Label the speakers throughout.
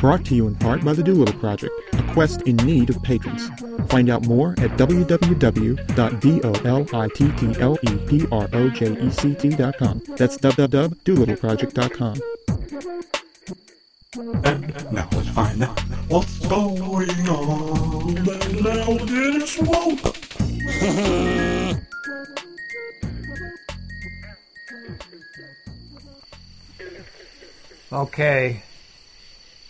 Speaker 1: Brought to you in part by the Doolittle Project, a quest in need of patrons. Find out more at E www.doolittleproject.com. That's www.doolittleproject.com.
Speaker 2: And now let's find out what's going on. And now did it swoop?
Speaker 3: Okay.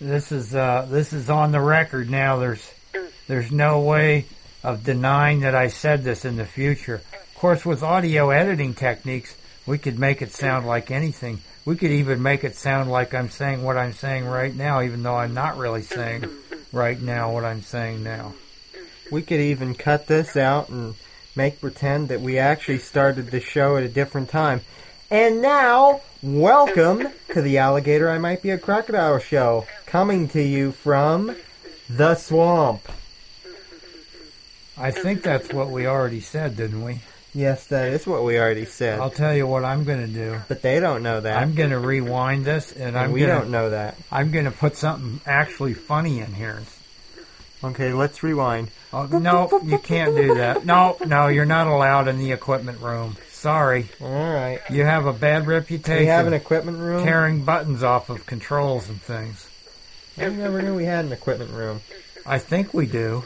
Speaker 3: This is uh this is on the record now. There's there's no way of denying that I said this in the future. Of course with audio editing techniques we could make it sound like anything. We could even make it sound like I'm saying what I'm saying right now, even though I'm not really saying right now what I'm saying now.
Speaker 4: We could even cut this out and make pretend that we actually started the show at a different time. And now, welcome to the Alligator I Might Be a Crocodile show, coming to you from the swamp.
Speaker 3: I think that's what we already said, didn't we?
Speaker 4: Yes, that is what we already said.
Speaker 3: I'll tell you what I'm gonna do.
Speaker 4: but they don't know that.
Speaker 3: I'm gonna rewind this and
Speaker 4: and
Speaker 3: I'm
Speaker 4: we
Speaker 3: gonna
Speaker 4: don't know that.
Speaker 3: I'm gonna put something actually funny in here
Speaker 4: Okay, let's rewind.
Speaker 3: Oh, no, you can't do that. No, no, you're not allowed in the equipment room. Sorry.
Speaker 4: All right.
Speaker 3: You have a bad reputation
Speaker 4: We have an equipment room.
Speaker 3: tearing buttons off of controls and things.
Speaker 4: I never knew we had an equipment room.
Speaker 3: I think we do.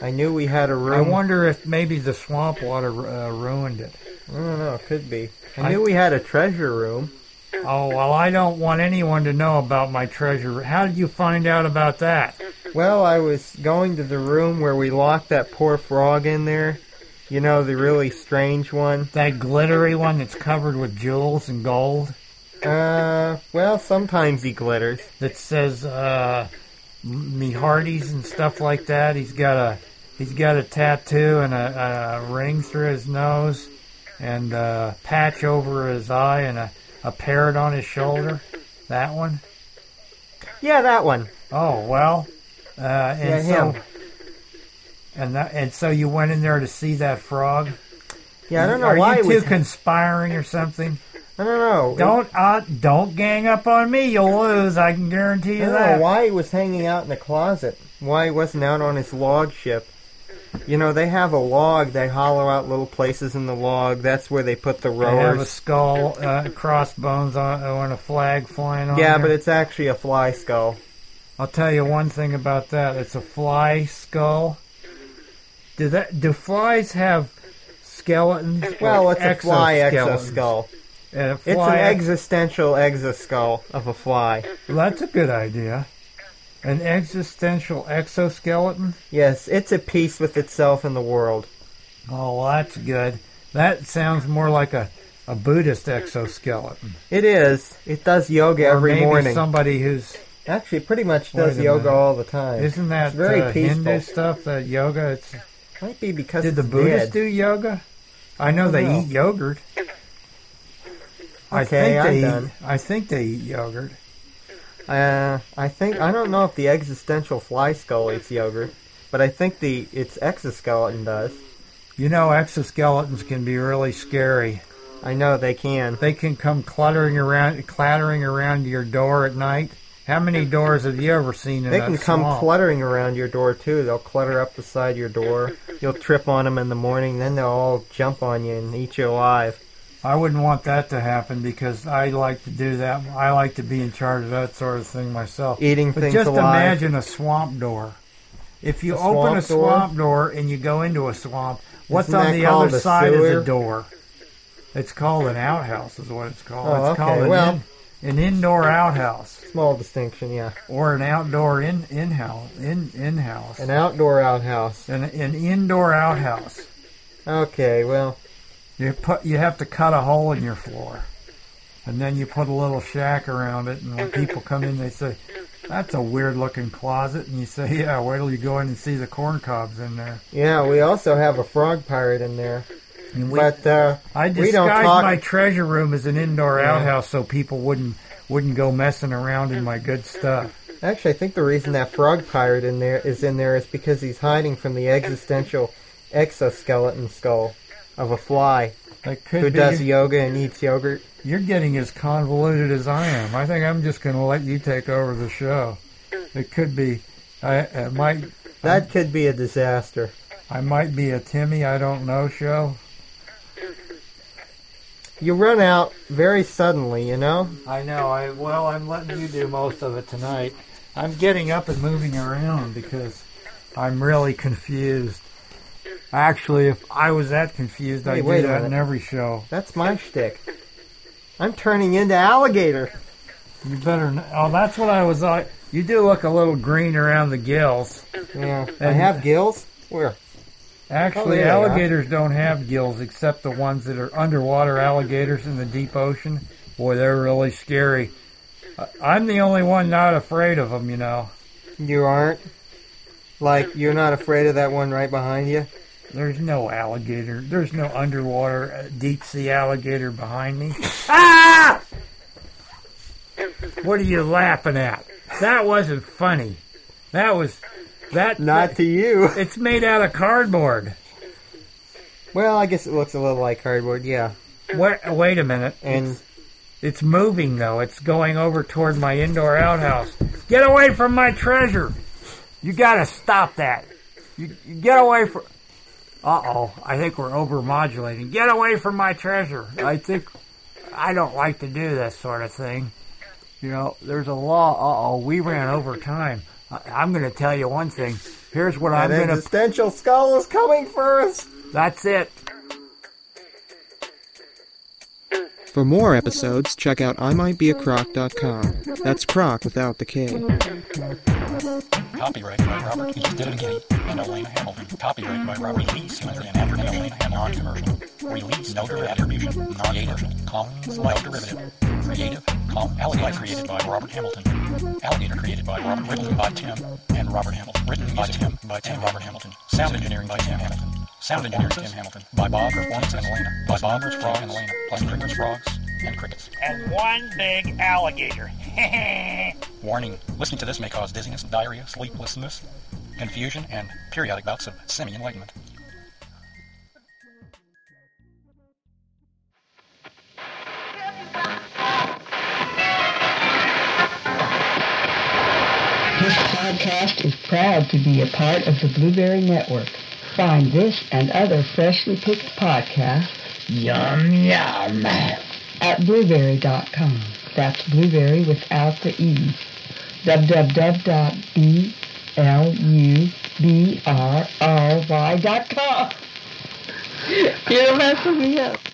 Speaker 4: I knew we had a room.
Speaker 3: I wonder if maybe the swamp water uh, ruined it.
Speaker 4: I don't know. Could be.
Speaker 3: I-
Speaker 4: I knew we had a treasure room.
Speaker 3: Oh, well, I don't want anyone to know about my treasure. How did you find out about that?
Speaker 4: Well, I was going to the room where we locked that poor frog in there. You know, the really strange one.
Speaker 3: That glittery one that's covered with jewels and gold
Speaker 4: Uh, well, sometimes he glitters.
Speaker 3: that says uh, me hearties and stuff like that. He's got a he's got a tattoo and a, a ring through his nose and a patch over his eye and a, a parrot on his shoulder. That one.
Speaker 4: Yeah, that one.
Speaker 3: Oh well. Uh, and
Speaker 4: Yeah,
Speaker 3: so and that, and so you went in there to see that frog.
Speaker 4: Yeah, I don't know
Speaker 3: Are
Speaker 4: why
Speaker 3: you
Speaker 4: it
Speaker 3: two
Speaker 4: was.
Speaker 3: conspiring or something?
Speaker 4: I don't know.
Speaker 3: Don't uh, don't gang up on me. You'll lose. I can guarantee you
Speaker 4: I don't
Speaker 3: that.
Speaker 4: know why he was hanging out in the closet. Why he wasn't out on his log ship. You know, they have a log. They hollow out little places in the log. That's where they put the
Speaker 3: I have a
Speaker 4: rowers.
Speaker 3: skull, uh, crossbones on, uh, and a flag flying on.
Speaker 4: Yeah,
Speaker 3: there.
Speaker 4: but it's actually a fly skull.
Speaker 3: I'll tell you one thing about that. It's a fly skull. Do that? Do flies have skeletons? or
Speaker 4: Well, it's a fly
Speaker 3: exoskeletons?
Speaker 4: exoskull.
Speaker 3: And a
Speaker 4: It's an
Speaker 3: fly ex-
Speaker 4: existential exoskull of a fly.
Speaker 3: That's a good idea. An existential exoskeleton.
Speaker 4: Yes, it's at peace with itself and the world.
Speaker 3: Oh, well, that's good. That sounds more like a, a Buddhist exoskeleton.
Speaker 4: It is. It does yoga
Speaker 3: Or
Speaker 4: every
Speaker 3: maybe
Speaker 4: morning.
Speaker 3: somebody who's
Speaker 4: Actually, pretty much
Speaker 3: Wait
Speaker 4: does
Speaker 3: a
Speaker 4: yoga
Speaker 3: minute.
Speaker 4: all the time.
Speaker 3: isn't that
Speaker 4: It's very
Speaker 3: uh,
Speaker 4: peaceful.
Speaker 3: Hindu stuff? That yoga. It's
Speaker 4: Might be because
Speaker 3: Did the
Speaker 4: it's
Speaker 3: Buddhists
Speaker 4: dead.
Speaker 3: do yoga? I know they
Speaker 4: No.
Speaker 3: eat yogurt. I
Speaker 4: Okay,
Speaker 3: think
Speaker 4: I'm
Speaker 3: they eat,
Speaker 4: done.
Speaker 3: I think they eat yogurt.
Speaker 4: Uh, I think I don't know if the existential fly skull eats yogurt, but I think the its exoskeleton does.
Speaker 3: You know, exoskeletons can be really scary.
Speaker 4: I know they can.
Speaker 3: They can come cluttering around, clattering around your door at night. How many doors have you ever seen in
Speaker 4: They
Speaker 3: that
Speaker 4: can come
Speaker 3: swamp?
Speaker 4: cluttering around your door too. They'll clutter up beside your door. You'll trip on them in the morning. Then they'll all jump on you and eat you alive.
Speaker 3: I wouldn't want that to happen because I like to do that. I like to be in charge of that sort of thing myself.
Speaker 4: Eating
Speaker 3: But
Speaker 4: things
Speaker 3: just
Speaker 4: alive.
Speaker 3: imagine a swamp door. If you
Speaker 4: A
Speaker 3: open a
Speaker 4: swamp door?
Speaker 3: swamp door and you go into a swamp, what's
Speaker 4: Isn't
Speaker 3: on
Speaker 4: that
Speaker 3: the
Speaker 4: called
Speaker 3: other
Speaker 4: a
Speaker 3: side of the
Speaker 4: sewer?
Speaker 3: door? It's called an outhouse, is what it's called. it's
Speaker 4: Oh, okay,
Speaker 3: called an,
Speaker 4: well-
Speaker 3: in- an indoor outhouse
Speaker 4: Small distinction, yeah.
Speaker 3: or an outdoor in in house in in house
Speaker 4: An
Speaker 3: an,
Speaker 4: outdoor outhouse.
Speaker 3: an indoor outhouse.
Speaker 4: Okay, well,
Speaker 3: You put you have to cut a hole in your floor, and then you put a little shack around it. And when people come in, they say, that's a weird looking closet. And you say, yeah, wait till you go in and see the corn cobs in there.
Speaker 4: Yeah, we also have a frog pirate in there.
Speaker 3: And we,
Speaker 4: But uh,
Speaker 3: I
Speaker 4: we
Speaker 3: disguised
Speaker 4: don't talk-
Speaker 3: my treasure room as an indoor
Speaker 4: Yeah.
Speaker 3: outhouse so people wouldn't wouldn't go messing around in my good stuff.
Speaker 4: actually, I think the reason that frog pirate in there is in there is because he's hiding from the existential exoskeleton skull of a fly
Speaker 3: That could
Speaker 4: who
Speaker 3: be.
Speaker 4: does yoga and eats yogurt.
Speaker 3: You're getting as convoluted as I am. I think I'm just going to let you take over the show. It could be. I, it might. Um,
Speaker 4: That could be a disaster.
Speaker 3: I might be a Timmy. I don't know. Show.
Speaker 4: You run out very suddenly, you know?
Speaker 3: I know. I well, I'm letting you do most of it tonight. I'm getting up and moving around because I'm really confused. Actually, if I was that confused,
Speaker 4: Hey,
Speaker 3: I'd
Speaker 4: wait
Speaker 3: do
Speaker 4: a
Speaker 3: that in
Speaker 4: minute.
Speaker 3: every show.
Speaker 4: That's my shtick. I'm turning into alligator.
Speaker 3: You better. kn- Oh, that's what I was. I you do look a little green around the gills.
Speaker 4: Yeah. I have gills? Where?
Speaker 3: Actually,
Speaker 4: Oh, yeah,
Speaker 3: alligators don't have gills except the ones that are underwater alligators in the deep ocean. Boy, they're really scary. I- I'm the only one not afraid of them, you know.
Speaker 4: You aren't? Like, you're not afraid of that one right behind you?
Speaker 3: There's no alligator. There's no underwater uh, deep sea alligator behind me. ah! What are you laughing at? That wasn't funny. That was that.
Speaker 4: Not to you.
Speaker 3: It's made out of cardboard.
Speaker 4: Well, I guess it looks a little like cardboard, yeah.
Speaker 3: Wait, wait a minute.
Speaker 4: And
Speaker 3: It's moving though. It's going over toward my indoor outhouse. Get away from my treasure! You gotta stop that. You, you get away from. Uh oh. I think we're over modulating. Get away from my treasure. I think I don't like to do this sort of thing. You know, there's a law. Uh oh. We ran over time. I, I'm gonna tell you one thing. Here's what I'm
Speaker 4: that
Speaker 3: gonna.
Speaker 4: existential skull is coming for us!
Speaker 3: That's it.
Speaker 1: For more episodes, check out imightbeacroc.com. That's croc without the K.
Speaker 5: Copyright by Robert E. Diddy and Elena Hamilton. Copyright by Robert Lee Snyder and Attribution Non-commercial. Release under attribution. Non-native. Commons like derivative. Creative. Com Alligator created by Robert Hamilton. Alligator created by Robert written by Tim and Robert Hamilton. Written by Tim by Tim Robert Hamilton. Sound engineering by Tim Hamilton. Sound engineering Tim Hamilton. By Bob Performance and Elena. By Bob Rich Frog and Elena. Plus Ringer's Frogs and Crickets.
Speaker 6: And one big alligator.
Speaker 5: Warning, listening to this may cause dizziness, diarrhea, sleeplessness, confusion, and periodic bouts of semi-enlightenment.
Speaker 7: This podcast is proud to be a part of the Blueberry Network. Find this and other freshly picked podcasts, yum yum, at blueberry.com. That's blueberry without the E. www.blueberry.com. You're messing me up.